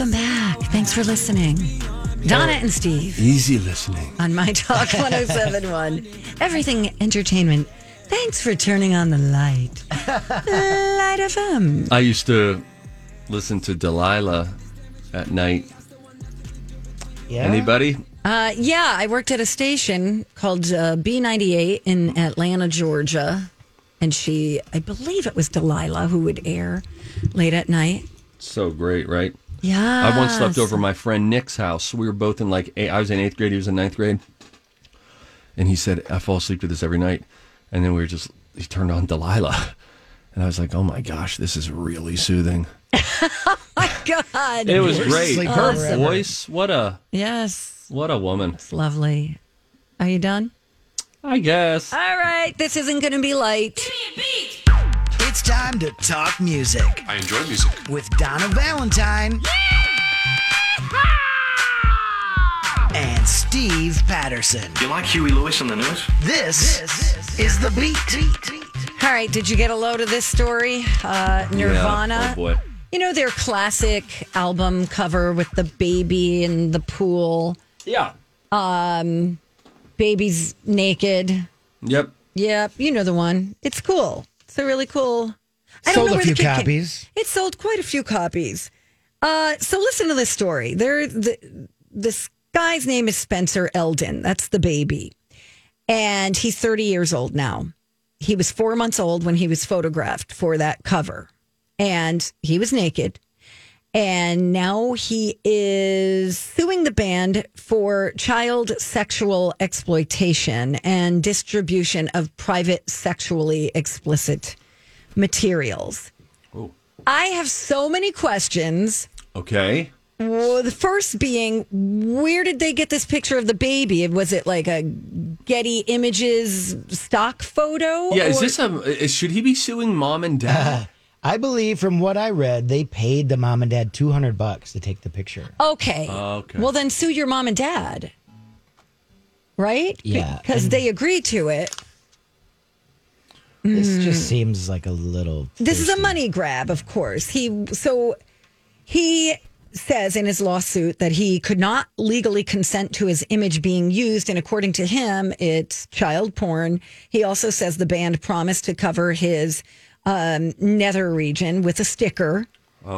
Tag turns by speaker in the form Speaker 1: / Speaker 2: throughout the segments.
Speaker 1: Welcome back. Thanks for listening. Donna and Steve
Speaker 2: Easy listening.
Speaker 1: on My Talk 1071. Everything Entertainment. Thanks for turning on the light. Light FM.
Speaker 3: I used to listen to Delilah at night.
Speaker 4: Yeah.
Speaker 3: Anybody?
Speaker 1: Uh, yeah, I worked at a station called uh, B98 in Atlanta, Georgia. And she, I believe it was Delilah who would air late at night.
Speaker 3: So great, right?
Speaker 1: Yeah.
Speaker 3: I once slept over my friend Nick's house. We were both in like eight, I was in eighth grade, he was in ninth grade, and he said I fall asleep to this every night. And then we were just he turned on Delilah, and I was like, oh my gosh, this is really soothing.
Speaker 1: God.
Speaker 3: It was great.
Speaker 4: sleep
Speaker 3: Her
Speaker 4: forever.
Speaker 3: voice, what a
Speaker 1: Yes.
Speaker 3: what a woman.
Speaker 1: It's lovely. Are you done?
Speaker 3: I guess.
Speaker 1: All right. This isn't going to be light.
Speaker 4: It's time to talk music. I enjoy music. With Donna Valentine. And Steve Patterson.
Speaker 5: You like Huey Lewis on the news?
Speaker 4: This, is the beat.
Speaker 1: All right, did you get a load of this story? Uh, Nirvana.
Speaker 3: Yeah. Oh boy.
Speaker 1: You know their classic album cover with the baby in the pool,
Speaker 3: Yeah.
Speaker 1: baby's naked.
Speaker 3: Yep.
Speaker 1: Yep, you know the one. It's cool. It's a really cool. I
Speaker 4: Sold a few
Speaker 1: kid came-
Speaker 4: copies.
Speaker 1: It sold quite a few copies. Uh, so listen to this story. There, the, this guy's name is Spencer Eldon. That's the baby, and he's 30 years old now. He was four months old when he was photographed for that cover, and he was naked. And now he is suing the band for child sexual exploitation and distribution of private sexually explicit materials.
Speaker 3: Oh,
Speaker 1: I have so many questions.
Speaker 3: Okay.
Speaker 1: Well, the first being, where did they get this picture of the baby? Was it like a Getty Images stock photo?
Speaker 3: Yeah, is
Speaker 1: Or-
Speaker 3: this a is- should he be suing mom and dad?
Speaker 4: I believe from what I read, they paid the mom and dad 200 bucks to take the picture.
Speaker 1: Okay.
Speaker 3: Oh, Okay.
Speaker 1: Well, then sue your mom and dad. Right?
Speaker 4: Yeah,
Speaker 1: Because they agreed to it.
Speaker 4: This just seems like a little.
Speaker 1: Hmm. This is a
Speaker 4: thirsty.
Speaker 1: money grab, of course. He so he says in his lawsuit that he could not legally consent to his image being used and according to him it's child porn. He also says the band promised to cover his um, nether region with a sticker.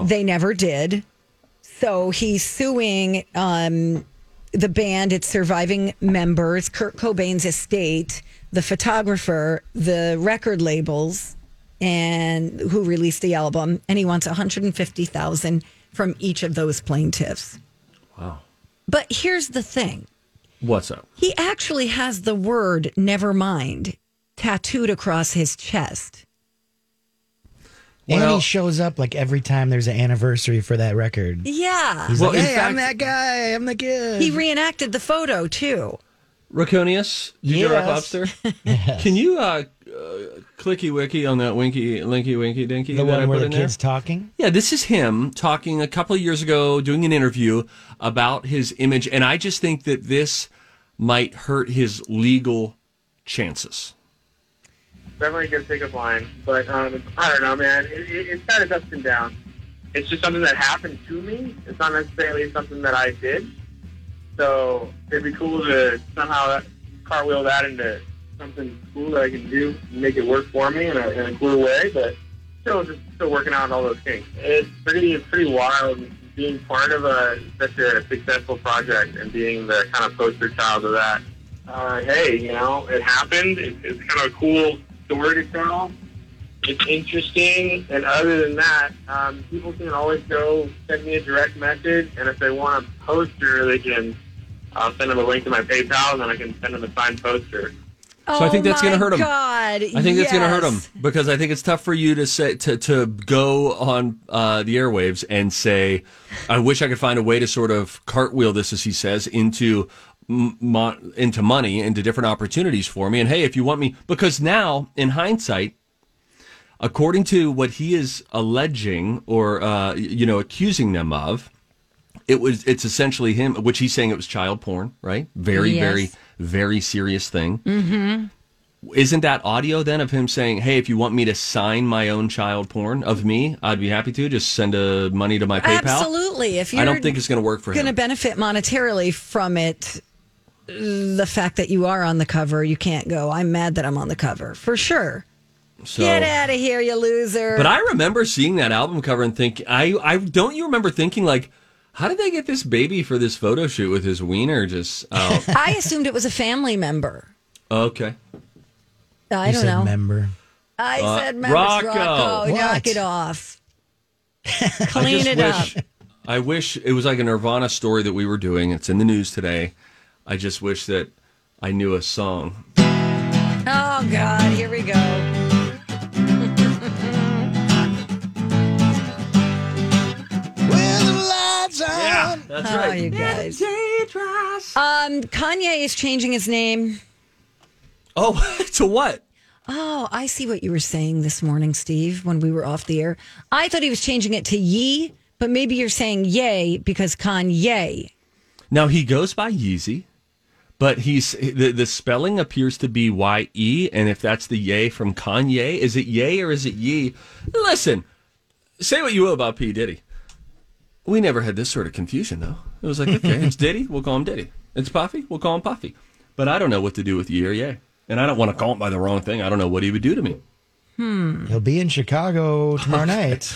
Speaker 1: They never did. So he's suing um, the band, its surviving members, Kurt Cobain's estate, the photographer, the record labels, and who released the album. And he wants 150,000 from each of those plaintiffs.
Speaker 3: Wow.
Speaker 1: But here's the thing:
Speaker 3: What's up?
Speaker 1: he actually has the word "never mind" tattooed across his chest.
Speaker 4: And
Speaker 3: Well-
Speaker 4: he shows up like every time there's an anniversary for that record.
Speaker 1: Yeah,
Speaker 4: He's
Speaker 3: Well,
Speaker 4: like,
Speaker 3: in
Speaker 4: hey, I'm that
Speaker 3: fact-
Speaker 4: guy. I'm the kid.
Speaker 1: he reenacted the photo too.
Speaker 3: Raconius, you
Speaker 4: Yes.
Speaker 3: dark lobster. Can you uh, uh, clicky wicky on that winky linky winky dinky
Speaker 4: the
Speaker 3: that I
Speaker 4: one where
Speaker 3: put
Speaker 4: the
Speaker 3: in
Speaker 4: kid's
Speaker 3: there?
Speaker 4: talking.
Speaker 3: Yeah, this is him talking a couple of years ago, doing an interview about his image, and I just think that this might hurt his legal chances.
Speaker 6: definitely a good pickup line. But um, I don't know, man. It, it, it's kind of ups and downs. It's just something that happened to me. It's not necessarily something that I did. So it'd be cool to somehow cartwheel that into something cool that I can do, and make it work for me in a, in a cool way. But still, just still working out all those kinks. It's pretty, it's pretty wild being part of a such a successful project and being the kind of poster child of that. Uh, hey, you know, it happened. It, it's kind of a cool story to tell. It's interesting, and other than that, um, people can always go send me a direct message, and if they want a poster, they can. I'll send them a link to my PayPal, and then I can send them a signed poster.
Speaker 1: Oh,
Speaker 3: So I think that's
Speaker 1: my
Speaker 3: gonna hurt 'em.
Speaker 1: God,
Speaker 3: I think that's going to hurt
Speaker 1: yes.
Speaker 3: them because I think it's tough for you to say to to go on uh, the airwaves and say, "I wish I could find a way to sort of cartwheel this," as he says, into m- mon- into money, into different opportunities for me. And hey, if you want me, because now in hindsight, according to what he is alleging or uh, you know accusing them of, it was it's essentially him, which he's saying it was child porn, right? Very,
Speaker 1: Yes.
Speaker 3: very, very serious thing Mm-hmm. isn't that audio then of him saying, "Hey, if you want me to sign my own child porn of me, I'd be happy to. Just send uh, money to my PayPal."
Speaker 1: Absolutely. If you're
Speaker 3: I don't think it's going to work for
Speaker 1: going to
Speaker 3: him.
Speaker 1: benefit monetarily from it, the fact that you are on the cover, you can't go. I'm mad that I'm on the cover for sure.
Speaker 3: So-
Speaker 1: Get out of here, you loser.
Speaker 3: But I remember seeing that album cover and think, I, I don't you remember thinking like, how did they get this baby for this photo shoot with his wiener just out?
Speaker 1: I assumed it was a family member.
Speaker 3: okay.
Speaker 1: I don't
Speaker 4: said
Speaker 1: know.
Speaker 4: member.
Speaker 1: I said members.
Speaker 3: Uh, Rocco.
Speaker 1: Rocco, knock
Speaker 4: What?
Speaker 1: it off.
Speaker 3: I
Speaker 1: Clean
Speaker 3: just
Speaker 1: it
Speaker 3: wish,
Speaker 1: up.
Speaker 3: I wish it was like a Nirvana story that we were doing. It's in the news today. I just wish that I knew a song.
Speaker 1: Oh God, here we go.
Speaker 4: When the lights are
Speaker 3: Yeah,
Speaker 4: on.
Speaker 3: that's
Speaker 1: Oh,
Speaker 3: right.
Speaker 1: you guys. Um, Kanye is changing his name.
Speaker 3: Oh, to what?
Speaker 1: Oh, I see what you were saying this morning, Steve, when we were off the air. I thought he was changing it to Yee, but maybe you're saying Yay because Kanye.
Speaker 3: Now he goes by Yeezy, but he's the, the spelling appears to be Y E, and if that's the yay from Kanye, is it yay or is it ye? Listen, say what you will about P Diddy. We never had this sort of confusion though. It was like, okay, it's Diddy, we'll call him Diddy. It's Puffy, we'll call him Puffy. But I don't know what to do with ye or yay, and I don't want to call him by the wrong thing. I don't know what he would do to me.
Speaker 4: He'll be in Chicago tomorrow night.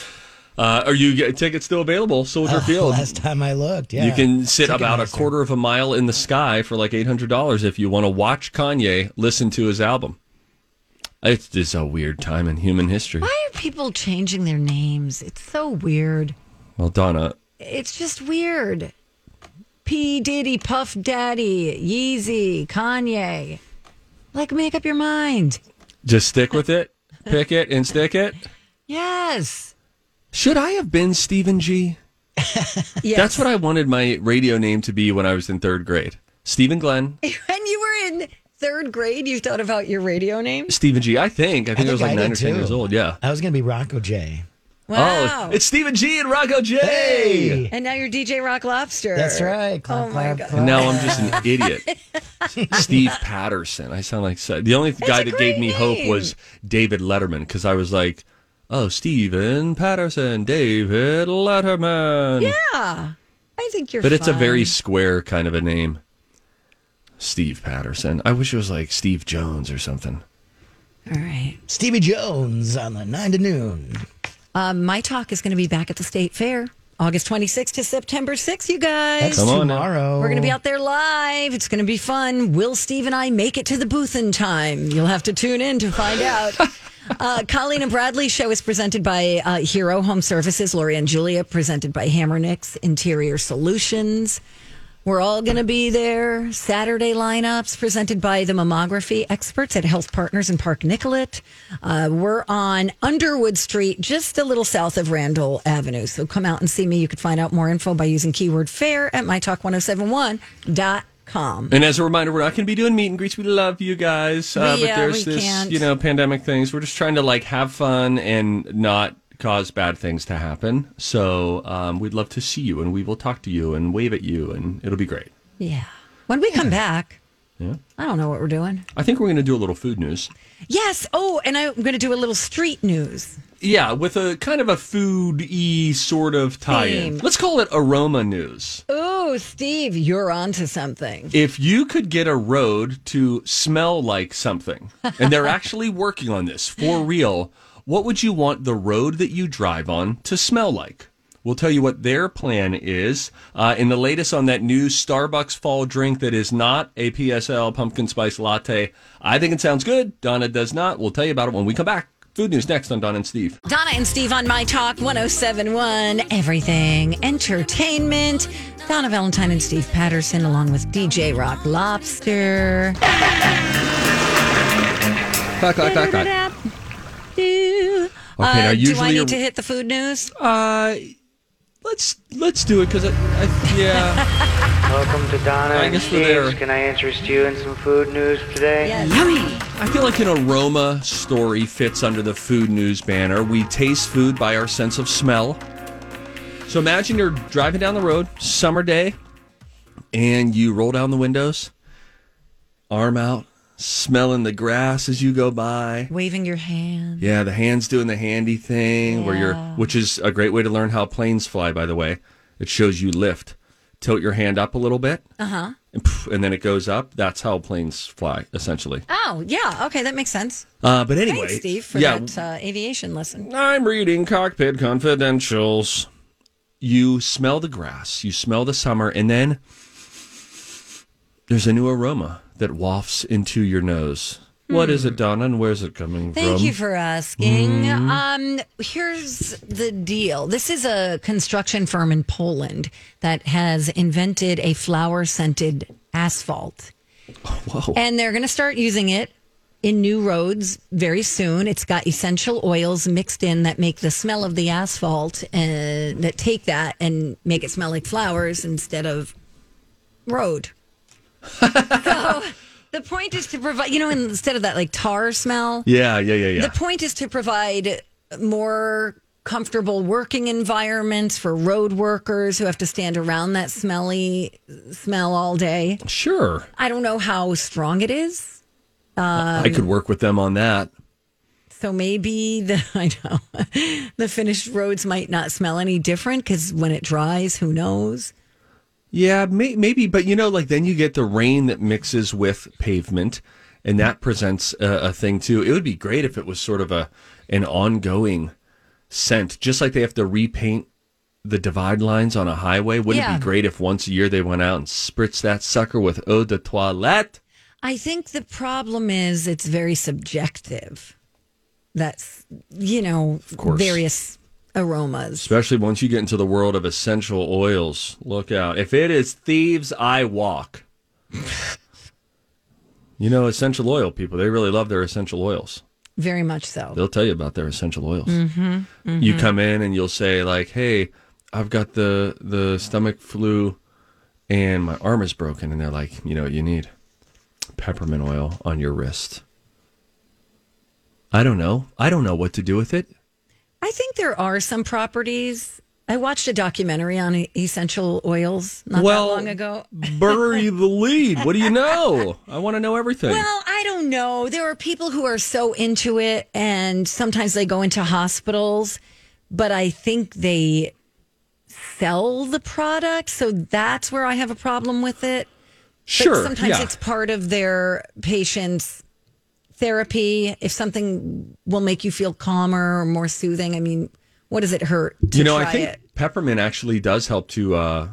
Speaker 3: Uh, are you get tickets still available, Soldier
Speaker 7: Uh,
Speaker 3: Field?
Speaker 4: Last time I looked, yeah.
Speaker 3: You can sit
Speaker 4: Ticketmaster.
Speaker 3: about a quarter of a mile in the sky for like eight hundred dollars if you want to watch Kanye listen to his album. It's just a weird time in human history.
Speaker 1: Why are people changing their names? It's so weird.
Speaker 3: Well, Donna,
Speaker 1: It's just weird. P. Diddy, Puff Daddy, Yeezy, Kanye. Like, make up your mind.
Speaker 3: just stick with it, pick it, and stick it.
Speaker 1: Yes.
Speaker 3: Should I have been Stephen G?
Speaker 1: yes.
Speaker 3: That's what I wanted my radio name to be when I was in third grade. Stephen Glenn,
Speaker 1: When you were in third grade, you thought about your radio name?
Speaker 3: Stephen G. I think. I think I,
Speaker 4: think
Speaker 3: was like
Speaker 4: I did
Speaker 3: nine or ten
Speaker 4: too.
Speaker 3: years old. Yeah.
Speaker 4: I was going to be Rocco J.
Speaker 1: Wow.
Speaker 3: Oh, it's Stephen G. and Rocco J.
Speaker 4: Hey!
Speaker 1: and now you're DJ Rock Lobster.
Speaker 4: That's right. Clap,
Speaker 1: Oh, my
Speaker 4: clap,
Speaker 1: God.
Speaker 4: clap.
Speaker 3: Now I'm just an idiot. Steve Patterson. I sound like the only guy
Speaker 1: a
Speaker 3: that gave
Speaker 1: great
Speaker 3: me hope
Speaker 1: name.
Speaker 3: was David Letterman because I was like, oh, Steven Patterson, David Letterman.
Speaker 1: Yeah. I think you're
Speaker 3: but it's a
Speaker 1: fine.
Speaker 3: very square kind of a name. Steve Patterson. I wish it was like Steve Jones or something.
Speaker 1: All right.
Speaker 4: Stevie Jones on the 9 to noon.
Speaker 1: Um, my talk is going to be back at the State Fair August 26th to September 6th, you guys.
Speaker 4: That's
Speaker 3: Come on now.
Speaker 4: tomorrow.
Speaker 1: We're going to be out there live. It's going to be fun. Will Steve and I make it to the booth in time? You'll have to tune in to find out. Uh, Colleen and Bradley's show is presented by uh, Hero Home Services, Lori and Julia, presented by Hammernix Interior Solutions. We're all going to be there. Saturday lineups presented by the mammography experts at Health Partners in Park Nicolet. Uh, we're on Underwood Street, just a little south of Randall Avenue. So come out and see me. You can find out more info by using keyword fair at mytalk1071.com.
Speaker 3: And as a reminder, we're not going to be doing meet and greets. We love you guys, uh,
Speaker 1: We, uh,
Speaker 3: but there's
Speaker 1: we
Speaker 3: this,
Speaker 1: can't.
Speaker 3: you know, pandemic things. We're just trying to like have fun and not cause bad things to happen. So um, we'd love to see you, and we will talk to you and wave at you, and it'll be great.
Speaker 1: Yeah. When we come back, I don't know what we're doing.
Speaker 3: I think we're going to do a little food news.
Speaker 1: Yes. Oh, and I'm going to do a little street news.
Speaker 3: Yeah, with a kind of a food-y sort of tie-in.
Speaker 1: Theme.
Speaker 3: Let's call it aroma news.
Speaker 1: Oh, Steve, you're onto something.
Speaker 3: If you could get a road to smell like something, and they're actually working on this for real, what would you want the road that you drive on to smell like? We'll tell you what their plan is uh, in the latest on that new Starbucks fall drink that is not a PSL pumpkin spice latte. I think it sounds good. Donna does not. We'll tell you about it when we come back. Food news next on Donna and Steve.
Speaker 1: Donna and Steve on My Talk 1071, everything entertainment. Donna Valentine and Steve Patterson, along with DJ Rock Lobster.
Speaker 3: Clack, clack, clack, clack.
Speaker 1: Do.
Speaker 3: Okay, now
Speaker 1: Uh, do I
Speaker 3: usually
Speaker 1: need to
Speaker 3: you're-
Speaker 1: hit the food news?
Speaker 3: Uh, let's let's do it because I, I yeah
Speaker 2: Welcome to Donna
Speaker 3: I
Speaker 2: and
Speaker 3: guess we're there.
Speaker 2: Steve's. Can I interest you in some food news today?
Speaker 3: I feel like an aroma story fits under the food news banner. We taste food by our sense of smell. So imagine you're driving down the road, summer day, and you roll down the windows, arm out, smelling the grass as you go by.
Speaker 1: Waving your hand.
Speaker 3: Yeah, the hands doing the handy thing where you're which is a great way to learn how planes fly by the way. It shows you lift. Tilt your hand up a little bit. Uh-huh. And, poof, and then it goes up. That's how planes fly essentially.
Speaker 1: Oh, yeah. Okay, that makes sense.
Speaker 3: Uh, but anyway,
Speaker 1: Thanks, Steve, for
Speaker 3: yeah,
Speaker 1: that uh, aviation lesson.
Speaker 3: I'm reading Cockpit Confidentials. You smell the grass, you smell the summer, and then there's a new aroma that wafts into your nose. What is it, Donna, and where's it coming
Speaker 1: Thank
Speaker 3: from?
Speaker 1: you for asking. Um, here's the deal. This is a construction firm in Poland that has invented a flower scented asphalt.
Speaker 3: Whoa.
Speaker 1: And they're going to start using it in new roads very soon. It's got essential oils mixed in that make the smell of the asphalt and that take that and make it smell like flowers instead of road. so the point is to provide, you know, instead of that like tar smell.
Speaker 3: yeah, yeah, yeah, yeah.
Speaker 1: The point is to provide more comfortable working environments for road workers who have to stand around that smelly smell all day.
Speaker 3: sure.
Speaker 1: I don't know how strong it is. Um,
Speaker 3: I could work with them on that.
Speaker 1: So maybe the I know the finished roads might not smell any different because when it dries, who knows?
Speaker 3: Yeah, may, maybe, but you know, like then you get the rain that mixes with pavement, and that presents a, a thing too. It would be great if it was sort of a an ongoing scent, just like they have to repaint the divide lines on a highway. Wouldn't it
Speaker 1: Yeah.
Speaker 3: be great if once a year they went out and spritzed that sucker with eau de toilette?
Speaker 1: I think the problem is it's very subjective. That's you know
Speaker 3: course.
Speaker 1: various aromas.
Speaker 3: Especially once you get into the world of essential oils. Look out! If it is thieves, I walk. you know, essential oil people—they really love their essential oils.
Speaker 1: Very much so.
Speaker 3: They'll tell you about their essential oils.
Speaker 1: Mm-hmm,
Speaker 3: You come in and you'll say like, "Hey, I've got the the stomach flu, and my arm is broken." And they're like, "You know what you need? Peppermint oil on your wrist." I don't know. I don't know what to do with it.
Speaker 1: I think there are some properties. I watched a documentary on e- essential oils not
Speaker 3: Well-
Speaker 1: that long ago.
Speaker 3: Bury the lead. What do you know? I want to know everything.
Speaker 1: Well, I don't know. There are people who are so into it, and sometimes they go into hospitals, but I think they sell the product. So that's where I have a problem with it. But
Speaker 3: sure.
Speaker 1: sometimes
Speaker 3: yeah.
Speaker 1: it's part of their patient's therapy. If something will make you feel calmer or more soothing, I mean, what does it hurt to
Speaker 3: you know.
Speaker 1: try
Speaker 3: I think
Speaker 1: it?
Speaker 3: peppermint actually does help to uh,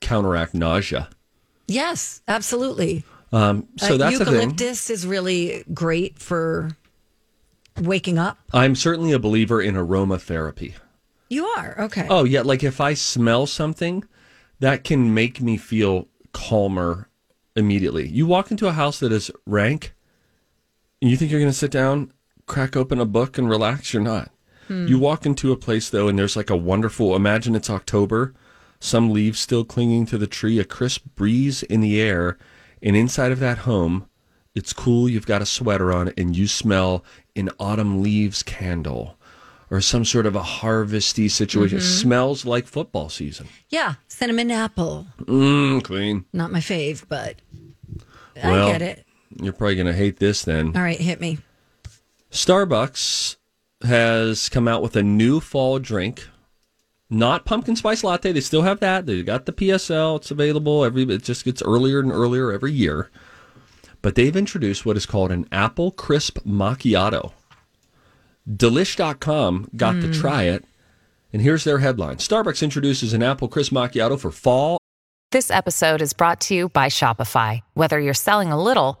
Speaker 3: counteract nausea.
Speaker 1: Yes, absolutely.
Speaker 3: Um, so
Speaker 1: Uh,
Speaker 3: that's the thing.
Speaker 1: eucalyptus is really great for waking up.
Speaker 3: I'm certainly a believer in aromatherapy.
Speaker 1: You are okay.
Speaker 3: Oh yeah, like if I smell something, that can make me feel calmer immediately. You walk into a house that is rank, and you think you're going to sit down, crack open a book and relax, you're not. You walk into a place though and there's like a wonderful, imagine it's October, some leaves still clinging to the tree, a crisp breeze in the air, and inside of that home, it's cool, you've got a sweater on and you smell an autumn leaves candle or some sort of a harvesty situation. It smells like football season.
Speaker 1: Yeah, cinnamon apple.
Speaker 3: Mm, clean.
Speaker 1: Not my fave, but
Speaker 3: Well-
Speaker 1: I get it.
Speaker 3: You're probably going to hate this then.
Speaker 1: All right, hit me.
Speaker 3: Starbucks has come out with a new fall drink. Not pumpkin spice latte. They still have that. They got the PSL. It's available every. It just gets earlier and earlier every year. But they've introduced what is called an apple crisp macchiato. Delish.com got to try it, And here's their headline Starbucks introduces an apple crisp macchiato for fall
Speaker 5: This episode is brought to you by Shopify. Whether you're selling a little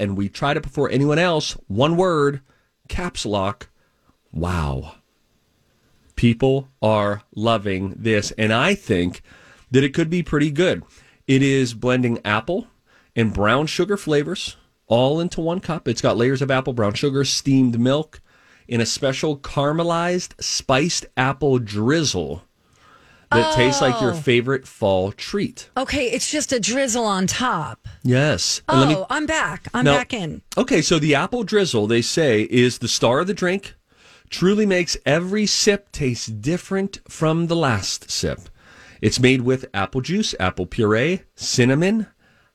Speaker 3: and we tried it before anyone else. One word, caps lock. Wow. People are loving this, and I think that it could be pretty good. It is blending apple and brown sugar flavors all into one cup. It's got layers of apple, brown sugar, steamed milk, and a special caramelized spiced apple drizzle that tastes like your
Speaker 1: Oh.
Speaker 3: favorite fall treat.
Speaker 1: Okay, it's just a drizzle on top.
Speaker 3: Yes. And
Speaker 1: Oh,
Speaker 3: let me-
Speaker 1: I'm back. I'm
Speaker 3: Now-
Speaker 1: back in.
Speaker 3: Okay, so the apple drizzle, they say, is the star of the drink. Truly makes every sip taste different from the last sip. It's made with apple juice, apple puree, cinnamon,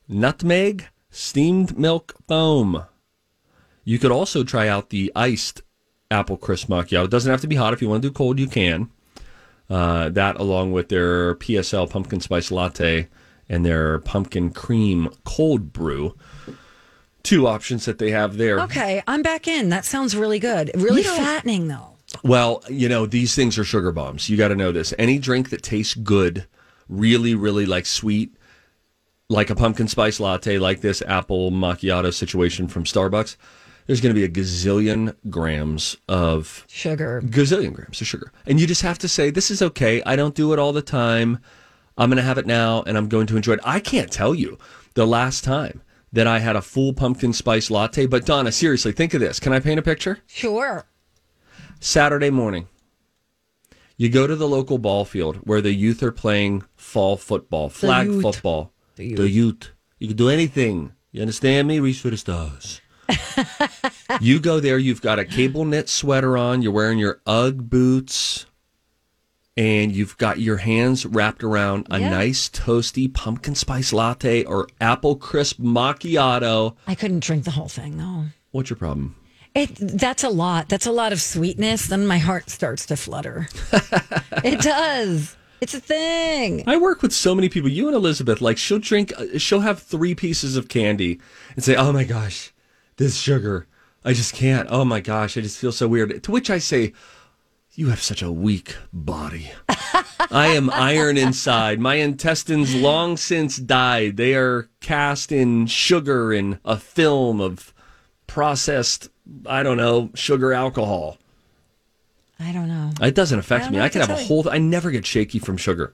Speaker 3: nutmeg, steamed milk foam. You could also try out the iced apple crisp macchiato. It doesn't have to be hot. If you want to do cold, you can. Uh, that along with their PSL pumpkin spice latte and their pumpkin cream cold brew. Two options that they have there.
Speaker 1: Okay, I'm back in. That sounds really good. Really fattening though.
Speaker 3: Well, you know, these things are sugar bombs. You got to know this. Any drink that tastes good, really, really like sweet, like a pumpkin spice latte, like this apple macchiato situation from Starbucks, there's going to be a gazillion grams of
Speaker 1: Sugar.
Speaker 3: gazillion grams of sugar. And you just have to say, this is okay. I don't do it all the time. I'm going to have it now and I'm going to enjoy it. I can't tell you the last time that I had a full pumpkin spice latte. But Donna, seriously, think of this. Can I paint a picture?
Speaker 1: Sure.
Speaker 3: Saturday morning, you go to the local ball field where the youth are playing fall football, flag
Speaker 1: youth.
Speaker 3: football. The youth. You can do anything. You understand me? Reach for the stars. you go there, you've got a cable knit sweater on, you're wearing your Ugg boots, and you've got your hands wrapped around a
Speaker 1: Yeah.
Speaker 3: nice toasty pumpkin spice latte or apple crisp macchiato.
Speaker 1: I couldn't drink the whole thing though.
Speaker 3: What's your problem?
Speaker 1: It that's a lot. That's a lot of sweetness. Then my heart starts to flutter. it does. It's a thing.
Speaker 3: I work with so many people. You and Elizabeth, like she'll drink, uh, she'll have three pieces of candy and say, "Oh my gosh, this sugar, I just can't. Oh my gosh, I just feel so weird." To which I say, "You have such a weak body. I am iron inside. My intestines long since died. They are cast in sugar and a film of processed, I don't know, sugar alcohol.
Speaker 1: I don't know.
Speaker 3: It doesn't
Speaker 1: I
Speaker 3: affect
Speaker 1: don't
Speaker 3: me.
Speaker 1: know
Speaker 3: I
Speaker 1: what
Speaker 3: can
Speaker 1: to
Speaker 3: have a
Speaker 1: tell you.
Speaker 3: whole. I never get shaky from sugar.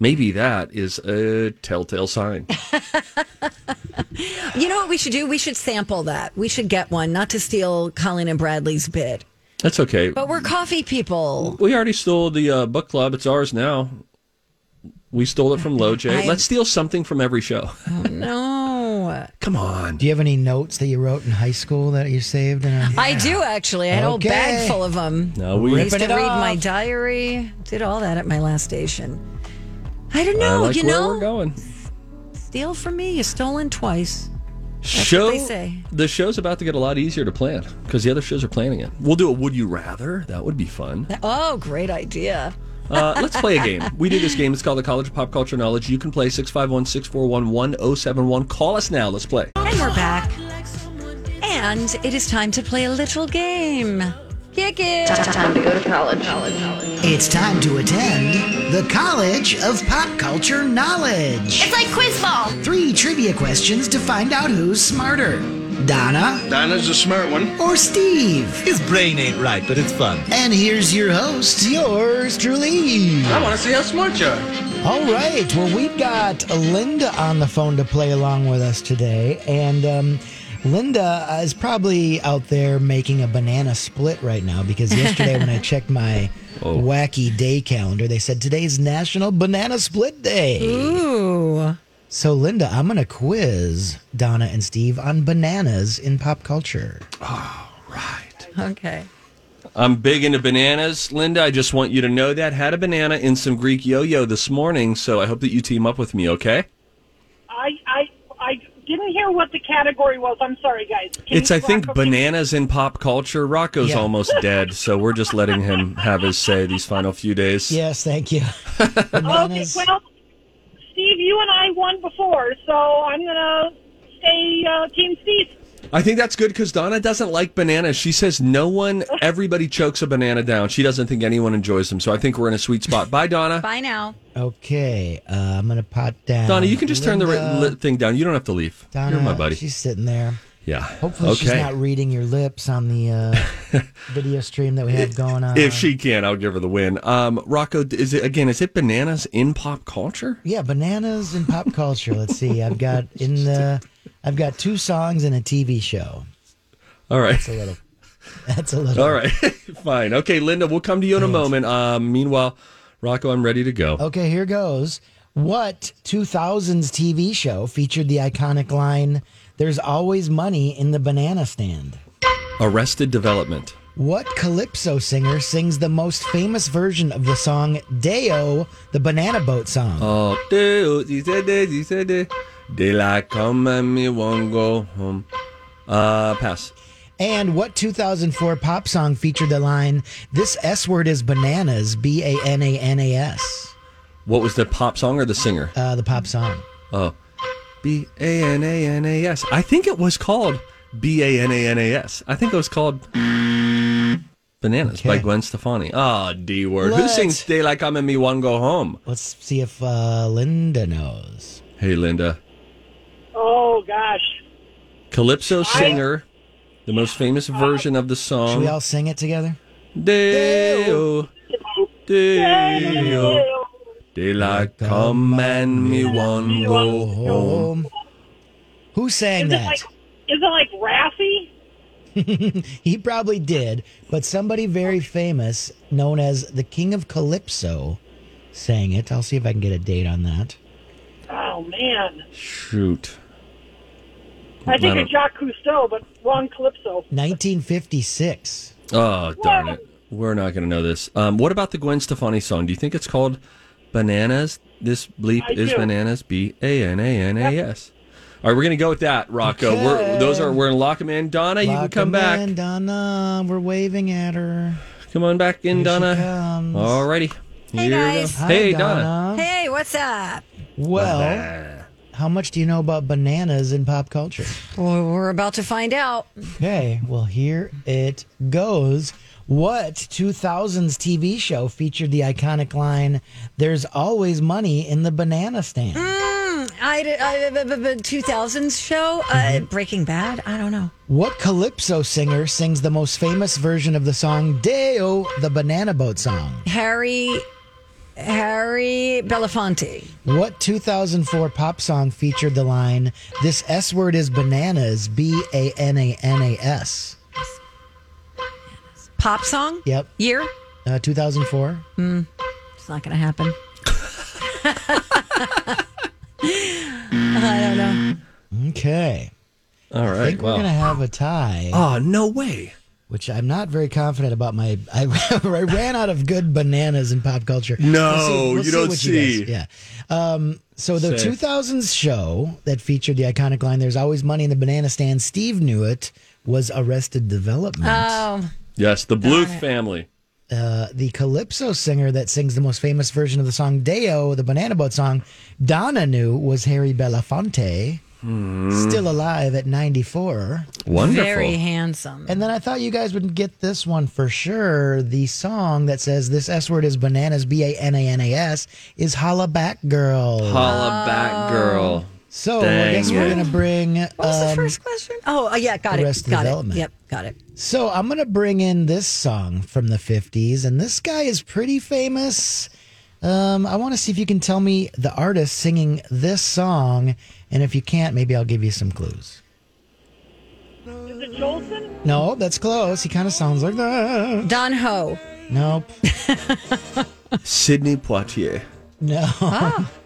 Speaker 3: Maybe that is a telltale sign.
Speaker 1: You know what we should do? We should sample that. We should get one, not to steal Colin and Bradley's bid.
Speaker 3: That's okay.
Speaker 1: But we're coffee people.
Speaker 3: We already stole the uh, book club. It's ours now. We stole it from
Speaker 1: I
Speaker 3: LoJ.
Speaker 1: am-
Speaker 3: Let's steal something from every show.
Speaker 1: No.
Speaker 3: Come on.
Speaker 4: Do you have any notes that you wrote in high school that you saved? And
Speaker 1: I do actually. I had a whole bag
Speaker 4: Okay.
Speaker 1: full of them.
Speaker 3: No, we-
Speaker 1: I used to
Speaker 4: Ripping
Speaker 1: read
Speaker 4: it
Speaker 1: my
Speaker 4: off.
Speaker 1: diary. Did all that at my last station. I don't know.
Speaker 3: I like
Speaker 1: you
Speaker 3: where
Speaker 1: know,
Speaker 3: we're going.
Speaker 1: steal from me. You stolen twice.
Speaker 3: show
Speaker 1: they say.
Speaker 3: the show's about to get a lot easier to plan because the other shows are planning it. We'll do a Would you rather? That would be fun.
Speaker 1: Oh, great idea.
Speaker 3: Uh, let's play a game. We do this game. It's called the College of Pop Culture Knowledge. You can play 651 641 1071. Call us now. Let's play.
Speaker 1: And we're back. And it is time to play a little game. Kick it.
Speaker 4: it's time to attend the College of Pop Culture Knowledge.
Speaker 7: It's like quiz ball.
Speaker 4: Three trivia questions to find out who's smarter Donna
Speaker 8: Dinah's a smart one.
Speaker 4: or Steve.
Speaker 8: His brain ain't right, but it's fun.
Speaker 4: And here's your host, yours truly.
Speaker 8: I want to see how smart you are.
Speaker 7: All right. Well, we've got Linda on the phone to play along with us today. And um, Linda is probably out there making a banana split right now because yesterday when I checked my
Speaker 8: Oh.
Speaker 7: wacky day calendar, they said today's National Banana Split Day.
Speaker 1: Ooh.
Speaker 7: So, Linda, I'm going to quiz Donna and Steve on bananas in pop culture.
Speaker 1: Okay.
Speaker 3: I'm big into bananas, Linda. I just want you to know that. Had a banana in some Greek yo-yo this morning, so I hope that you team up with me. Okay?
Speaker 9: I, I, I didn't hear what the category was. I'm sorry, guys. Can
Speaker 3: it's
Speaker 9: you
Speaker 3: I think
Speaker 9: clarify?
Speaker 3: bananas in pop culture. Rocco's
Speaker 7: Yeah.
Speaker 3: almost dead, so we're just letting him have his say these final few days.
Speaker 7: Yes, thank you.
Speaker 9: Okay,
Speaker 7: Bananas.
Speaker 9: well, Steve, you and I won before, so I'm gonna stay uh, Team Steve.
Speaker 3: I think that's good because Donna doesn't like bananas. She says no one, everybody chokes a banana down. She doesn't think anyone enjoys them. So I think we're in a sweet spot. Bye, Donna.
Speaker 1: Bye now.
Speaker 7: Okay, uh, I'm going to pot down.
Speaker 3: Donna, you can just turn the
Speaker 7: Linda.
Speaker 3: ri- li- thing down. You don't have to leave.
Speaker 7: Donna,
Speaker 3: You're my buddy.
Speaker 7: She's sitting there.
Speaker 3: yeah.
Speaker 7: Hopefully, she's not reading your lips on the uh, video stream that we have going on.
Speaker 3: If she can, I'll give her the win. Um, Rocco, is it again? Is it bananas in pop culture?
Speaker 7: yeah, bananas and pop culture. Let's see. I've got in the, I've got two songs and a TV show.
Speaker 3: All right,
Speaker 7: That's a little. That's a little.
Speaker 3: all right, fine. Okay, Linda, we'll come to you in a moment. Um, meanwhile, Rocco, I'm ready to go.
Speaker 7: Okay, here goes. What 2000s TV show featured the iconic line, There's always money in the banana stand?
Speaker 3: Arrested Development.
Speaker 7: What Calypso singer sings the most famous version of the song Deo, the banana boat song?
Speaker 3: Oh, dude, you said this, you said this. They like come and me won't go home. Uh, pass.
Speaker 7: And what 2004 pop song featured the line, This S word is bananas, B A N A N A S?
Speaker 3: What was the pop song or the singer?
Speaker 7: Uh, the pop song.
Speaker 3: Oh, B A N A N A S. I think it was called B A N A N A S. I think it was called Bananas by
Speaker 7: Okay.
Speaker 3: Gwen Stefani. Ah, D word. Who
Speaker 7: What?
Speaker 3: sings Day Like I'm and Me One Go Home?
Speaker 7: Let's see if uh, Linda knows.
Speaker 3: Hey, Linda.
Speaker 9: Oh gosh,
Speaker 3: Calypso singer, the most famous version of the
Speaker 7: Should we
Speaker 9: Um,
Speaker 3: song.
Speaker 7: all sing it together?
Speaker 3: Deo, Deo. Day Like Come and Me One Go Home.
Speaker 7: Um, who
Speaker 9: is
Speaker 7: sang
Speaker 9: it
Speaker 7: that?
Speaker 9: like is it like Raffy?
Speaker 7: He probably did, but somebody very famous, known as the King of Calypso, sang it. I'll see if I can get a date on that.
Speaker 9: Oh man,
Speaker 3: Shoot.
Speaker 9: I think
Speaker 3: I
Speaker 9: it's
Speaker 3: don't-
Speaker 9: Jacques Cousteau, but wrong Calypso.
Speaker 7: 1956.
Speaker 3: Oh, darn it. We're not going to know this. Um, what about the Gwen Stefani song? Do you think it's called Bananas? This bleep
Speaker 9: I
Speaker 3: is
Speaker 9: do.
Speaker 3: bananas. B A N A N A S. All right, we're going to go with that, Rocco. We're, those are we're in lock 'em in. Donna, you can
Speaker 7: Lock
Speaker 3: come
Speaker 7: 'em
Speaker 3: back.
Speaker 7: in, Donna, we're waving at her.
Speaker 3: Come on back in,
Speaker 7: Here she
Speaker 3: Donna.
Speaker 7: comes.
Speaker 3: All righty.
Speaker 1: Hey, guys.
Speaker 7: Hi,
Speaker 3: Hey, Donna.
Speaker 1: Hey, what's up?
Speaker 7: Well, how much do you know about bananas in pop culture?
Speaker 1: Well, we're about to find out.
Speaker 7: Okay, well, here it goes. What 2000s TV show featured the iconic line, There's always money in the banana stand?
Speaker 1: I, did- I, the- the- the 2000s show, uh,
Speaker 7: Mm-hmm.
Speaker 1: Breaking Bad. I don't know.
Speaker 7: What calypso singer sings the most famous version of the song Deo, the banana boat song?
Speaker 1: Harry, Harry Belafonte.
Speaker 7: What 2004 pop song featured the line, This S word is bananas, B A N A N A S?
Speaker 1: Pop song.
Speaker 7: Yep,
Speaker 1: Year.
Speaker 7: uh, 2004.
Speaker 1: It's not going to happen. I don't know.
Speaker 7: Okay.
Speaker 3: All
Speaker 7: I
Speaker 3: right.
Speaker 7: think we're
Speaker 3: Well.
Speaker 7: going to have a tie,
Speaker 3: Oh, no way.
Speaker 7: which I'm not very confident about my. I, I ran out of good bananas in pop culture.
Speaker 3: No, you don't
Speaker 7: what
Speaker 3: see.
Speaker 7: guys- yeah. Um, so the
Speaker 3: Safe.
Speaker 7: 2000s show that featured the iconic line, There's always money in the banana stand, Steve knew it, was Arrested Development.
Speaker 1: Oh,
Speaker 3: Yes, the Bluth family.
Speaker 7: uh, the calypso singer that sings the most famous version of the song Deo, the Banana Boat song, Donna knew was Harry Belafonte,
Speaker 3: Hmm.
Speaker 7: still alive at 94.
Speaker 3: Wonderful.
Speaker 1: very handsome.
Speaker 7: And then I thought you guys would get this one for sure. The song that says this S word is bananas, B A N A N A S, is Holla Back Girl.
Speaker 3: Holla back,
Speaker 1: Oh.
Speaker 3: girl.
Speaker 7: so I
Speaker 3: Dang
Speaker 7: guess we're
Speaker 3: it.
Speaker 7: going to bring.
Speaker 1: What was the
Speaker 7: um,
Speaker 1: first question? Oh, uh, yeah, got it.
Speaker 7: Arrested
Speaker 1: got
Speaker 7: Development.
Speaker 1: it. Yep, got it.
Speaker 7: So I'm going to bring in this song from the 50s, and this guy is pretty famous. Um, I want to see if you can tell me the artist singing this song, and if you can't, maybe I'll give you some clues.
Speaker 9: Is it Jolson?
Speaker 7: No, that's close. He kind of sounds like that.
Speaker 1: Don Ho.
Speaker 7: Nope.
Speaker 3: Sydney Poitier.
Speaker 7: No.
Speaker 1: Ah.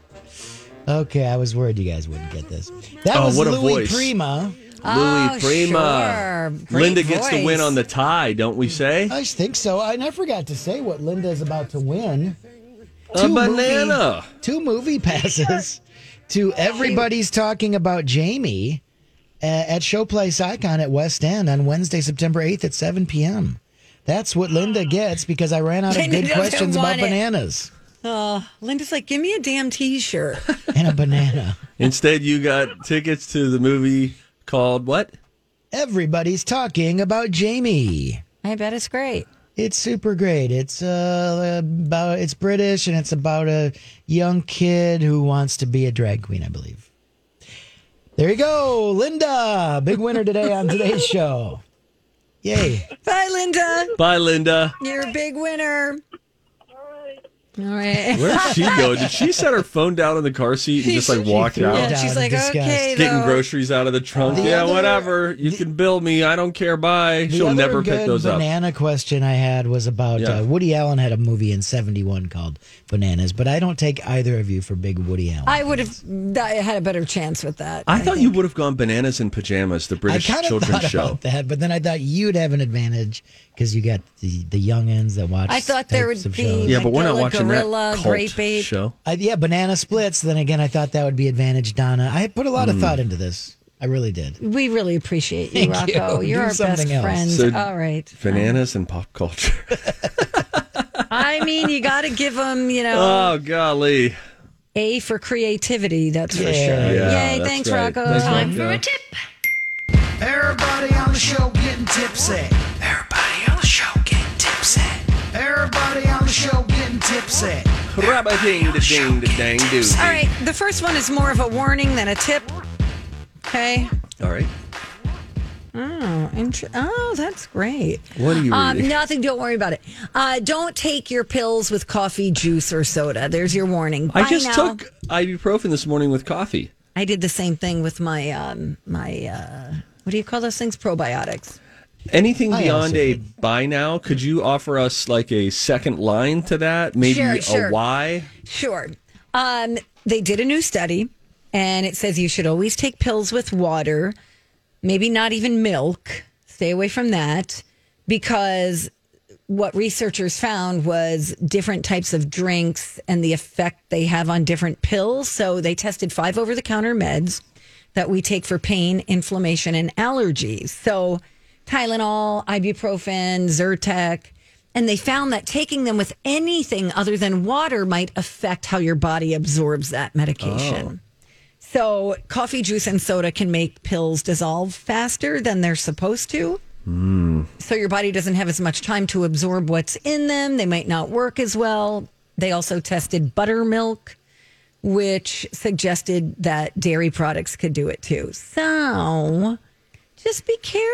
Speaker 7: Okay, I was worried you guys wouldn't get this. That
Speaker 3: Oh,
Speaker 7: was
Speaker 3: what a
Speaker 7: Louis
Speaker 3: voice.
Speaker 7: Prima.
Speaker 3: Louis
Speaker 7: Oh,
Speaker 3: Prima.
Speaker 7: sure. Great
Speaker 3: Linda gets the
Speaker 7: voice.
Speaker 3: win on the tie, don't we say?
Speaker 7: I think so. And I forgot to say what Linda is about to win.
Speaker 3: A banana.
Speaker 7: Movie, two movie passes to Everybody's Talking About Jamie uh, at Showplace Icon at West End on Wednesday, September 8th at 7 p.m. That's what Linda gets because I ran out of
Speaker 1: Linda
Speaker 7: good
Speaker 1: doesn't
Speaker 7: questions about
Speaker 1: want it.
Speaker 7: bananas
Speaker 1: Oh, Linda's like, give me a damn T-shirt.
Speaker 7: and a banana.
Speaker 3: Instead, you got tickets to the movie called what?
Speaker 7: Everybody's Talking About Jamie.
Speaker 1: I bet it's great.
Speaker 7: It's super great. It's uh, about it's British and it's about a young kid who wants to be a drag queen, I believe. There you go, Linda, big winner today on today's show. Yay!
Speaker 1: Bye, Linda.
Speaker 3: Bye, Linda.
Speaker 1: You're a big winner. All right.
Speaker 3: Where did she go? Did she set her phone down on the car seat and just like walked
Speaker 7: threw it
Speaker 3: out?
Speaker 7: down
Speaker 1: she's
Speaker 7: in
Speaker 1: like, okay,
Speaker 3: Getting
Speaker 1: though.
Speaker 3: groceries out of the trunk.
Speaker 7: The
Speaker 3: yeah,
Speaker 7: other-
Speaker 3: whatever. You can bill me. I don't care. Bye.
Speaker 7: The
Speaker 3: She'll
Speaker 7: other
Speaker 3: never
Speaker 7: good
Speaker 3: pick those up.
Speaker 7: banana question I had was about
Speaker 3: Yeah.
Speaker 7: uh, Woody Allen had a movie in '71 called Bananas, but I don't take either of you for big Woody Allen.
Speaker 1: I would have I had a better chance with that.
Speaker 3: I thought you would have gone bananas in pajamas, the British
Speaker 7: I kind of
Speaker 3: children's
Speaker 7: thought
Speaker 3: show.
Speaker 7: about that, but then I thought you'd have an advantage because you got the the youngins that watch.
Speaker 1: I thought there
Speaker 7: types
Speaker 1: would
Speaker 7: of
Speaker 1: be
Speaker 7: shows.
Speaker 3: Yeah, but we're not
Speaker 1: Magilla,
Speaker 3: watching
Speaker 1: Gorilla,
Speaker 3: that cult
Speaker 1: Grape Ape.
Speaker 3: show.
Speaker 7: I, Uh, yeah, banana splits. Then again, I thought that would be advantage Donna. I put a lot
Speaker 3: Hmm.
Speaker 7: of thought into this. I really did.
Speaker 1: We really appreciate you,
Speaker 7: Thank you.
Speaker 1: Rocco. You.
Speaker 7: Do
Speaker 1: are our best
Speaker 7: something else.
Speaker 1: friend.
Speaker 3: So-
Speaker 1: All right.
Speaker 3: Bananas and pop culture.
Speaker 1: I mean, you got to give them, you know,
Speaker 3: oh golly!
Speaker 1: A for creativity. That's for sure.
Speaker 7: Yeah,
Speaker 1: Yay!
Speaker 3: that's
Speaker 1: Thanks,
Speaker 3: right.
Speaker 1: Rocco.
Speaker 3: That's right, yeah.
Speaker 4: Everybody on the show getting tipsy. Everybody on the show getting tipsy. Everybody on the show getting tipsy.
Speaker 3: Rubba ding da ding da dang doo.
Speaker 1: All right. The first one is more of a warning than a tip. Okay.
Speaker 3: All right.
Speaker 1: Oh, inter- oh, that's great.
Speaker 3: What are you
Speaker 1: Um,
Speaker 3: reading?
Speaker 1: nothing. Don't worry about it. Uh, don't take your pills with coffee, juice, or soda. There's your warning.
Speaker 3: I
Speaker 1: Bye
Speaker 3: just
Speaker 1: now.
Speaker 3: took ibuprofen this morning with coffee.
Speaker 1: I did the same thing with my um, my uh, what do you call those things? Probiotics.
Speaker 3: Anything
Speaker 1: Oh,
Speaker 7: I
Speaker 3: beyond
Speaker 7: also
Speaker 3: a
Speaker 7: did.
Speaker 3: buy now? Could you offer us like a second line to that? Maybe
Speaker 1: Sure,
Speaker 3: a
Speaker 1: sure.
Speaker 3: why?
Speaker 1: Sure. Um, they did a new study, and it says you should always take pills with water, maybe not even milk. Stay away from that because what researchers found was different types of drinks and the effect they have on different pills. So they tested five over the counter meds that we take for pain, inflammation, and allergies. So Tylenol, ibuprofen, Zyrtec. And they found that taking them with anything other than water might affect how your body absorbs that medication. So, coffee, juice, and soda can make pills dissolve faster than they're supposed to
Speaker 3: Hmm.
Speaker 1: so your body doesn't have as much time to absorb what's in them. They might not work as well. They also tested buttermilk, which suggested that dairy products could do it too. So just be careful.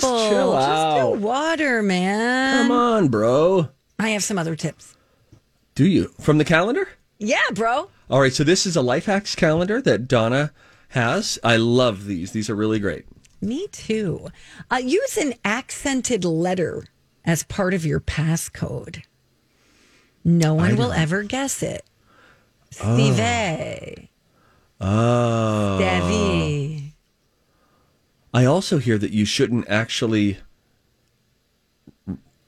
Speaker 3: chill
Speaker 1: Just
Speaker 3: out.
Speaker 1: do water, man.
Speaker 3: Come on, bro.
Speaker 1: I have some other tips.
Speaker 3: Do you from the calendar?
Speaker 1: Yeah, bro.
Speaker 3: All right. So this is a life hacks calendar that Donna has. I love these. These are really great.
Speaker 1: Me too. Uh, use an accented letter as part of your passcode. No one will ever guess it. Steve.
Speaker 3: Oh.
Speaker 1: Devi.
Speaker 3: I also hear that you shouldn't actually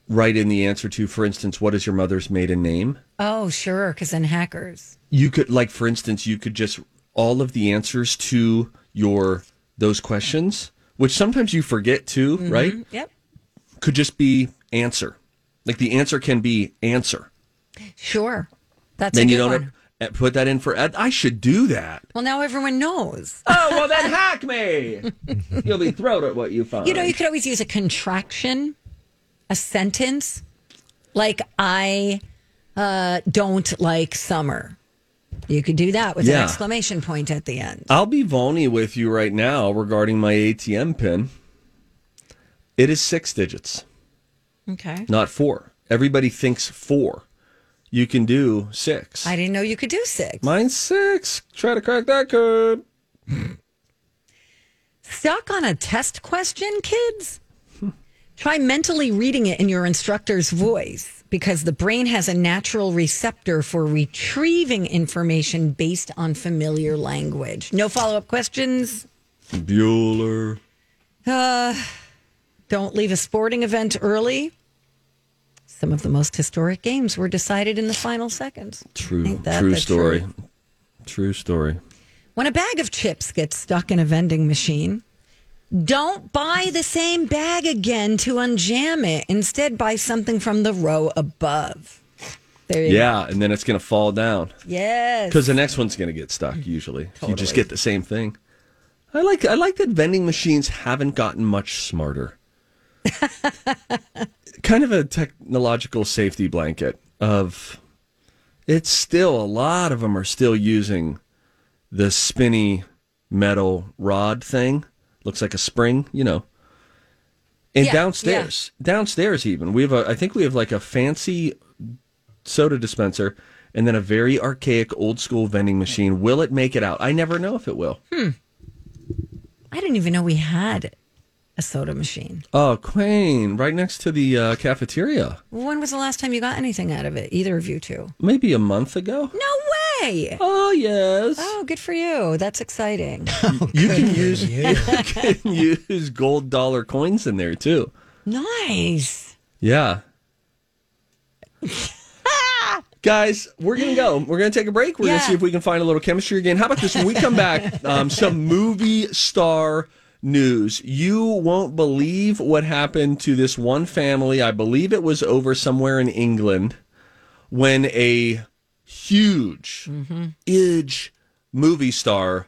Speaker 3: write in the answer to, for instance, what is your mother's maiden name?
Speaker 1: Oh, sure, because then hackers.
Speaker 3: You could, like, for instance, you could just all of the answers to your those questions, which sometimes you forget too,
Speaker 1: Mm-hmm.
Speaker 3: right?
Speaker 1: Yep.
Speaker 3: Could just be answer. Like the answer can be answer.
Speaker 1: Sure. That's
Speaker 3: then
Speaker 1: a good
Speaker 3: you don't
Speaker 1: one.
Speaker 3: uh, put that in for. I should do that.
Speaker 1: Well, now everyone knows.
Speaker 3: oh well, then hack me. You'll be thrilled at what you find.
Speaker 1: You know, you could always use a contraction, a sentence, like I uh, don't like summer. You could do that with an
Speaker 3: Yeah.
Speaker 1: exclamation point at the end.
Speaker 3: I'll be vulny with you right now regarding my ATM pin. It is six digits,
Speaker 1: Okay.
Speaker 3: not four. Everybody thinks four. you can do six.
Speaker 1: I didn't know you could do six.
Speaker 3: Mine's six. Try to crack that code.
Speaker 1: Stuck on a test question, kids? Try mentally reading it in your instructor's voice because the brain has a natural receptor for retrieving information based on familiar language. No follow up questions?
Speaker 3: Bueller.
Speaker 1: Uh, don't leave a sporting event early. Some of the most historic games were decided in the final seconds.
Speaker 3: True.
Speaker 1: Ain't that
Speaker 3: True
Speaker 1: the
Speaker 3: story.
Speaker 1: truth?
Speaker 3: True story.
Speaker 1: When a bag of chips gets stuck in a vending machine, don't buy the same bag again to unjam it. Instead, buy something from the row above. There you go.
Speaker 3: Yeah, and then it's gonna fall down
Speaker 1: Yes.
Speaker 3: because the next one's gonna get stuck. Usually, you just
Speaker 1: Totally.
Speaker 3: get the same thing. I like I like that vending machines haven't gotten much smarter. kind of a technological safety blanket of it's still a lot of them are still using the spinny metal rod thing. Looks like a spring, you know. And
Speaker 10: Yeah,
Speaker 3: downstairs, downstairs even we have a. I think we have like a fancy soda dispenser, and then a very archaic old school vending machine. Will it make it out? I never know if it will.
Speaker 10: Hmm.
Speaker 1: I didn't even know we had a soda machine.
Speaker 3: Oh, Queen, right next to the uh, cafeteria.
Speaker 1: When was the last time you got anything out of it? Either of you two?
Speaker 3: Maybe a month ago.
Speaker 1: No way.
Speaker 3: Oh, yes.
Speaker 1: Oh, good for you. That's exciting.
Speaker 3: you can use you. can use gold dollar coins in there too.
Speaker 1: nice.
Speaker 3: Yeah. Guys, we're gonna go. We're gonna take a break. We're
Speaker 10: Yeah.
Speaker 3: gonna see if we can find a little chemistry again. How about this? When we come back, um, some movie star news. You won't believe what happened to this one family. I believe it was over somewhere in England when a huge, huge movie star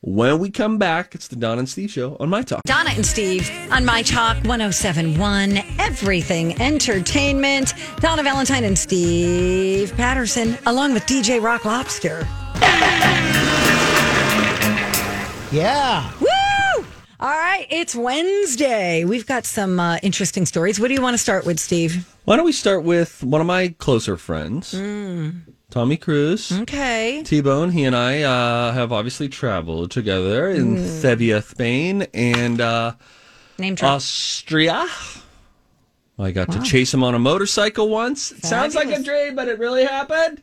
Speaker 3: when we come back. It's the Don and Steve show on My Talk.
Speaker 1: Donna and Steve on My Talk 1071, Everything Entertainment. Donna Valentine and Steve Patterson, along with DJ Rock Lobster.
Speaker 7: Yeah.
Speaker 1: Woo! All right, it's Wednesday. We've got some uh, interesting stories. What do you want to start with, Steve?
Speaker 3: Why don't we start with one of my closer friends,
Speaker 1: Mm.
Speaker 3: Tommy Cruz?
Speaker 1: Okay.
Speaker 3: T Bone, he and I uh, have obviously traveled together in
Speaker 1: Mm.
Speaker 3: Sevilla, Spain, and uh,
Speaker 1: Name drop.
Speaker 3: Austria. I got to
Speaker 1: Wow.
Speaker 3: chase him on a motorcycle once. It Sounds like a dream, but it really happened.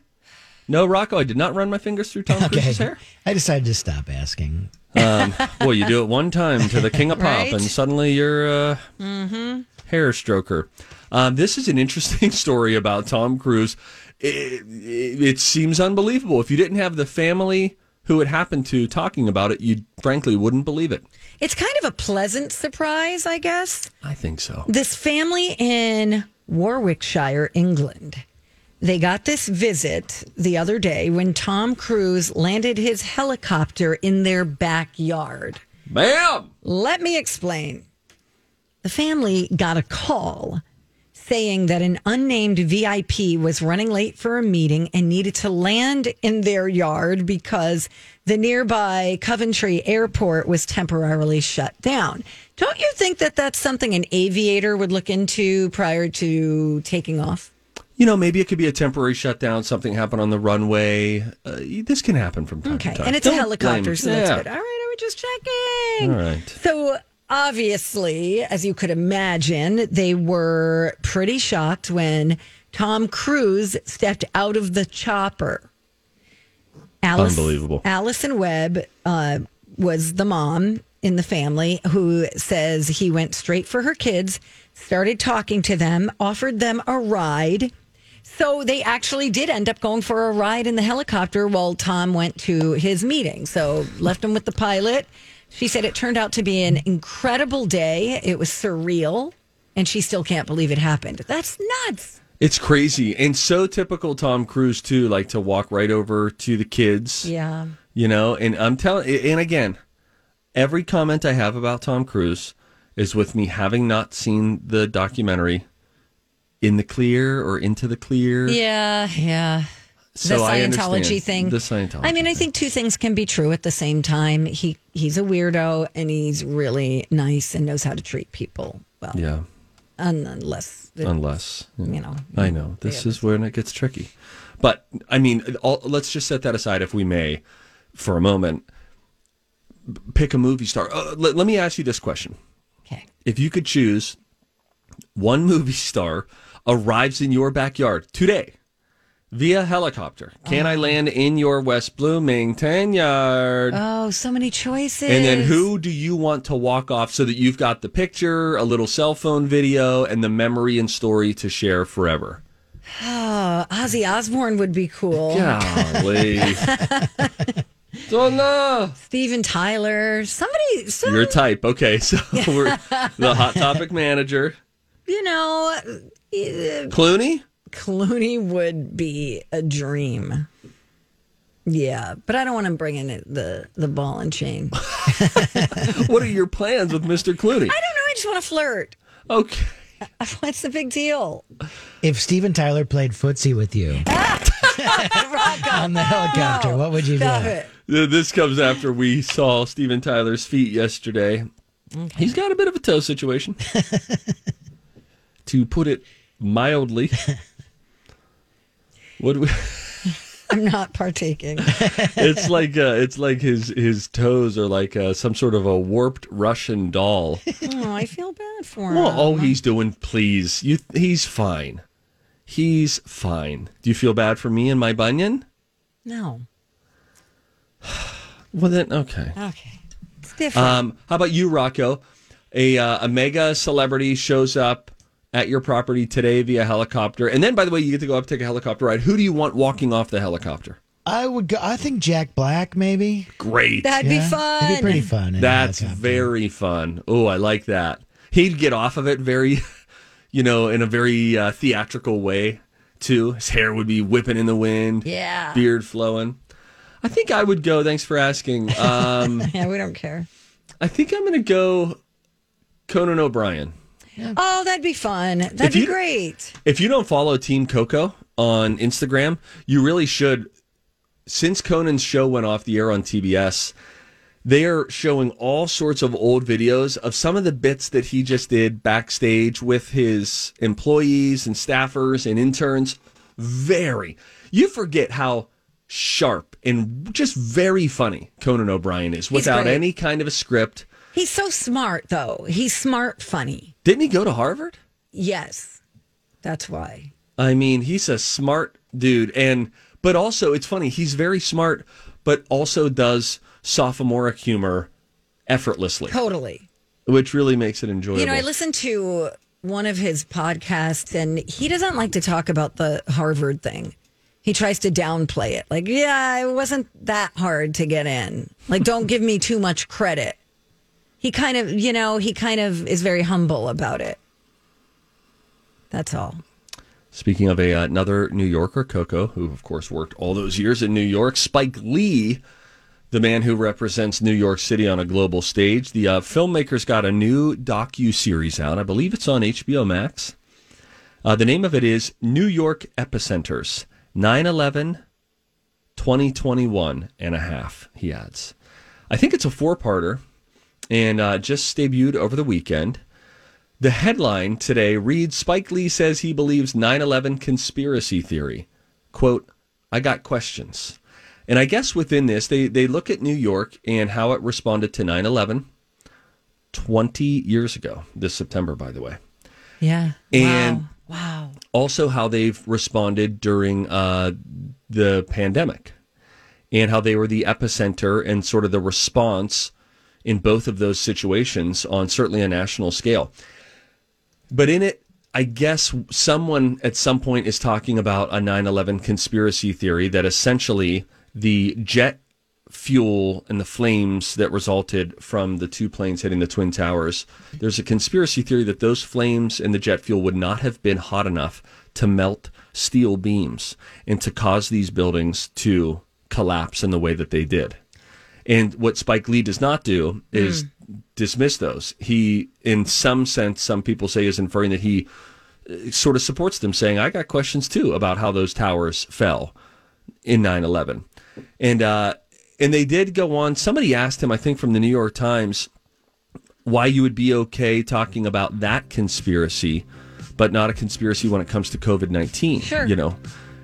Speaker 3: No, Rocco, I did not run my fingers through Tom Cruise's hair.
Speaker 7: I decided to stop asking.
Speaker 3: Um, boy, you do it one time to the King of Pop,
Speaker 7: Right?
Speaker 3: and suddenly you're uh,
Speaker 7: Mm-hmm.
Speaker 3: hair stroker. Um, this is an interesting story about Tom Cruise. It, it, it seems unbelievable. If you didn't have the family who it happened to talking about it, you frankly wouldn't believe it.
Speaker 1: It's kind of a pleasant surprise, I guess.
Speaker 3: I think so.
Speaker 1: This family in Warwickshire, England, they got this visit the other day when Tom Cruise landed his helicopter in their backyard.
Speaker 3: Bam!
Speaker 1: Let me explain. The family got a call saying that an unnamed VIP was running late for a meeting and needed to land in their yard because the nearby Coventry airport was temporarily shut down. Don't you think that that's something an aviator would look into prior to taking off?
Speaker 3: You know, maybe it could be a temporary shutdown. Something happened on the runway. Uh, this can happen from time
Speaker 1: Okay,
Speaker 3: to time.
Speaker 1: and it's a
Speaker 3: Don't
Speaker 1: helicopter,
Speaker 3: blame-
Speaker 1: so that's
Speaker 3: Yeah.
Speaker 1: good. All right, I was just checking.
Speaker 3: All right.
Speaker 1: So obviously, as you could imagine, they were pretty shocked when Tom Cruise stepped out of the chopper. Alice,
Speaker 3: Unbelievable.
Speaker 1: Allison Webb uh, was the mom in the family who says he went straight for her kids, started talking to them, offered them a ride. So they actually did end up going for a ride in the helicopter while Tom went to his meeting. So left him with the pilot. She said it turned out to be an incredible day. It was surreal, and she still can't believe it happened. That's nuts.
Speaker 3: It's crazy and so typical Tom Cruise too, like to walk right over to the kids.
Speaker 1: Yeah.
Speaker 3: You know, and I'm telling, and again, every comment I have about Tom Cruise is with me having not seen the documentary in the clear or into the clear.
Speaker 1: Yeah, yeah.
Speaker 3: So
Speaker 1: the
Speaker 3: I
Speaker 1: Scientology
Speaker 3: understand
Speaker 1: thing.
Speaker 3: the Scientology
Speaker 1: I mean, I think two things can be true at the same time. He he's a weirdo and he's really nice and knows how to treat people well.
Speaker 3: Yeah. Uh,
Speaker 1: Un- unless
Speaker 3: Unless
Speaker 1: you know.
Speaker 3: I know this is when it gets tricky, but I mean, all, let's just set that aside if we may, for a moment. B- Pick a movie star. Uh, let, let me ask you this question:
Speaker 1: Okay.
Speaker 3: If you could choose, one movie star arrives in your backyard today via helicopter. Can
Speaker 1: Oh.
Speaker 3: I land in your West Bloomington yard?
Speaker 1: Oh, so many choices.
Speaker 3: And then who do you want to walk off so that you've got the picture, a little cell phone video, and the memory and story to share forever?
Speaker 1: Oh, Ozzy Osbourne would be cool.
Speaker 3: Golly. Don't know.
Speaker 1: Steven Tyler. Somebody. So,
Speaker 3: Your type. Okay, so we're the Hot Topic manager.
Speaker 1: you know, eh,
Speaker 3: Clooney?
Speaker 1: Clooney would be a dream. Yeah, but I don't want him bringing it, the the ball and chain.
Speaker 3: What are your plans with Mr. Clooney?
Speaker 1: I don't know. I just want to flirt.
Speaker 3: Okay.
Speaker 1: What's the big deal?
Speaker 7: If Steven Tyler played footsie with you on the helicopter, what would you
Speaker 1: Stop
Speaker 7: do?
Speaker 1: it.
Speaker 3: Th- This comes after we saw Steven Tyler's feet yesterday. He's got a bit of a toe situation, to put it mildly. What we,
Speaker 1: I'm not partaking.
Speaker 3: it's like uh, it's like his his toes are like uh, some sort of a warped Russian doll.
Speaker 1: oh, I feel bad for him.
Speaker 3: Well, all he's doing, please, you he's fine. He's fine. Do you feel bad for me and my bunion?
Speaker 1: No.
Speaker 3: Well then, okay.
Speaker 1: Okay. It's different.
Speaker 3: Um, how about you, Rocco? A, uh, a mega celebrity shows up at your property today via helicopter. And then, by the way, you get to go up take a helicopter ride. Who do you want walking off the helicopter?
Speaker 7: I would go. I think Jack Black, maybe.
Speaker 3: Great.
Speaker 1: That'd be
Speaker 7: Yeah,
Speaker 1: fun.
Speaker 7: It'd be pretty fun. in a
Speaker 3: That's
Speaker 7: helicopter.
Speaker 3: very fun. Oh, I like that. He'd get off of it very, you know, in a very uh, theatrical way, too. His hair would be whipping in the wind.
Speaker 1: Yeah.
Speaker 3: Beard flowing. I think I would go. Thanks for asking. Um,
Speaker 1: yeah, we don't care.
Speaker 3: I think I'm going to go Conan O'Brien.
Speaker 1: Oh, that'd be fun. That'd
Speaker 3: If
Speaker 1: be
Speaker 3: you-
Speaker 1: great.
Speaker 3: If you don't follow Team Coco on Instagram, you really should. Since Conan's show went off the air on TBS, they are showing all sorts of old videos of some of the bits that he just did backstage with his employees and staffers and interns. Very. You forget how sharp and just very funny Conan O'Brien is without
Speaker 1: great.
Speaker 3: any kind of a script.
Speaker 1: He's so smart, though. He's smart, funny.
Speaker 3: Didn't he go to Harvard?
Speaker 1: Yes, that's why.
Speaker 3: I mean, he's a smart dude, and but also it's funny. He's very smart, but also does sophomoric humor effortlessly,
Speaker 1: Totally.
Speaker 3: which really makes it enjoyable.
Speaker 1: You know, I listened to one of his podcasts, and he doesn't like to talk about the Harvard thing. He tries to downplay it. Like, yeah, it wasn't that hard to get in. Like, don't give me too much credit. He kind of, you know, he kind of is very humble about it. That's all.
Speaker 3: Speaking of a, another New Yorker, Coco, who of course worked all those years in New York, Spike Lee, the man who represents New York City on a global stage, the uh, filmmaker's got a new docu series out. I believe it's on HBO Max. Uh, the name of it is New York Epicenters 9 11 2021 and a half, he adds. I think it's a four parter and uh, just debuted over the weekend. The headline today reads Spike Lee says he believes 9 11 conspiracy theory. Quote, I got questions. And I guess within this, they, they look at New York and how it responded to 9 11 20 years ago, this September, by the way.
Speaker 1: Yeah.
Speaker 3: And
Speaker 1: wow.
Speaker 3: also how they've responded during uh, the pandemic and how they were the epicenter and sort of the response in both of those situations on certainly a national scale. But in it, I guess someone at some point is talking about a 9 11 conspiracy theory that essentially the jet fuel and the flames that resulted from the two planes hitting the Twin Towers, there's a conspiracy theory that those flames and the jet fuel would not have been hot enough to melt steel beams and to cause these buildings to collapse in the way that they did. And what Spike Lee does not do is dismiss those. He, in some sense, some people say is inferring that he uh, sort of supports them, saying, I got questions too about how those towers fell in 9 11. And, uh, and they did go on. Somebody asked him, I think from the New York Times, why you would be okay talking about that conspiracy, but not a conspiracy when it comes to COVID 19.
Speaker 10: Sure.
Speaker 3: You know?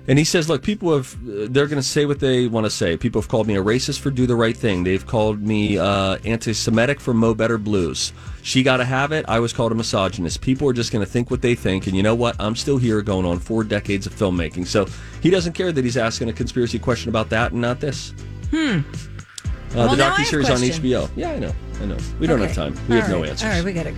Speaker 3: And he says, look, people have, they're going to say what they want to say. People have called me a racist for Do the Right Thing. They've called me uh, anti Semitic for Mo Better Blues. She got to have it. I was called a misogynist. People are just going to think what they think. And you know what? I'm still here going on four decades of filmmaking. So he doesn't care that he's asking a conspiracy question about that and not this.
Speaker 1: Hmm.
Speaker 3: Uh,
Speaker 1: Well,
Speaker 3: the
Speaker 1: now I have
Speaker 3: docu series on
Speaker 1: questions.
Speaker 3: HBO. Yeah, I know. I know. We don't
Speaker 1: Okay.
Speaker 3: have time. We
Speaker 1: All
Speaker 3: have no
Speaker 1: right.
Speaker 3: answers.
Speaker 1: All right, we got to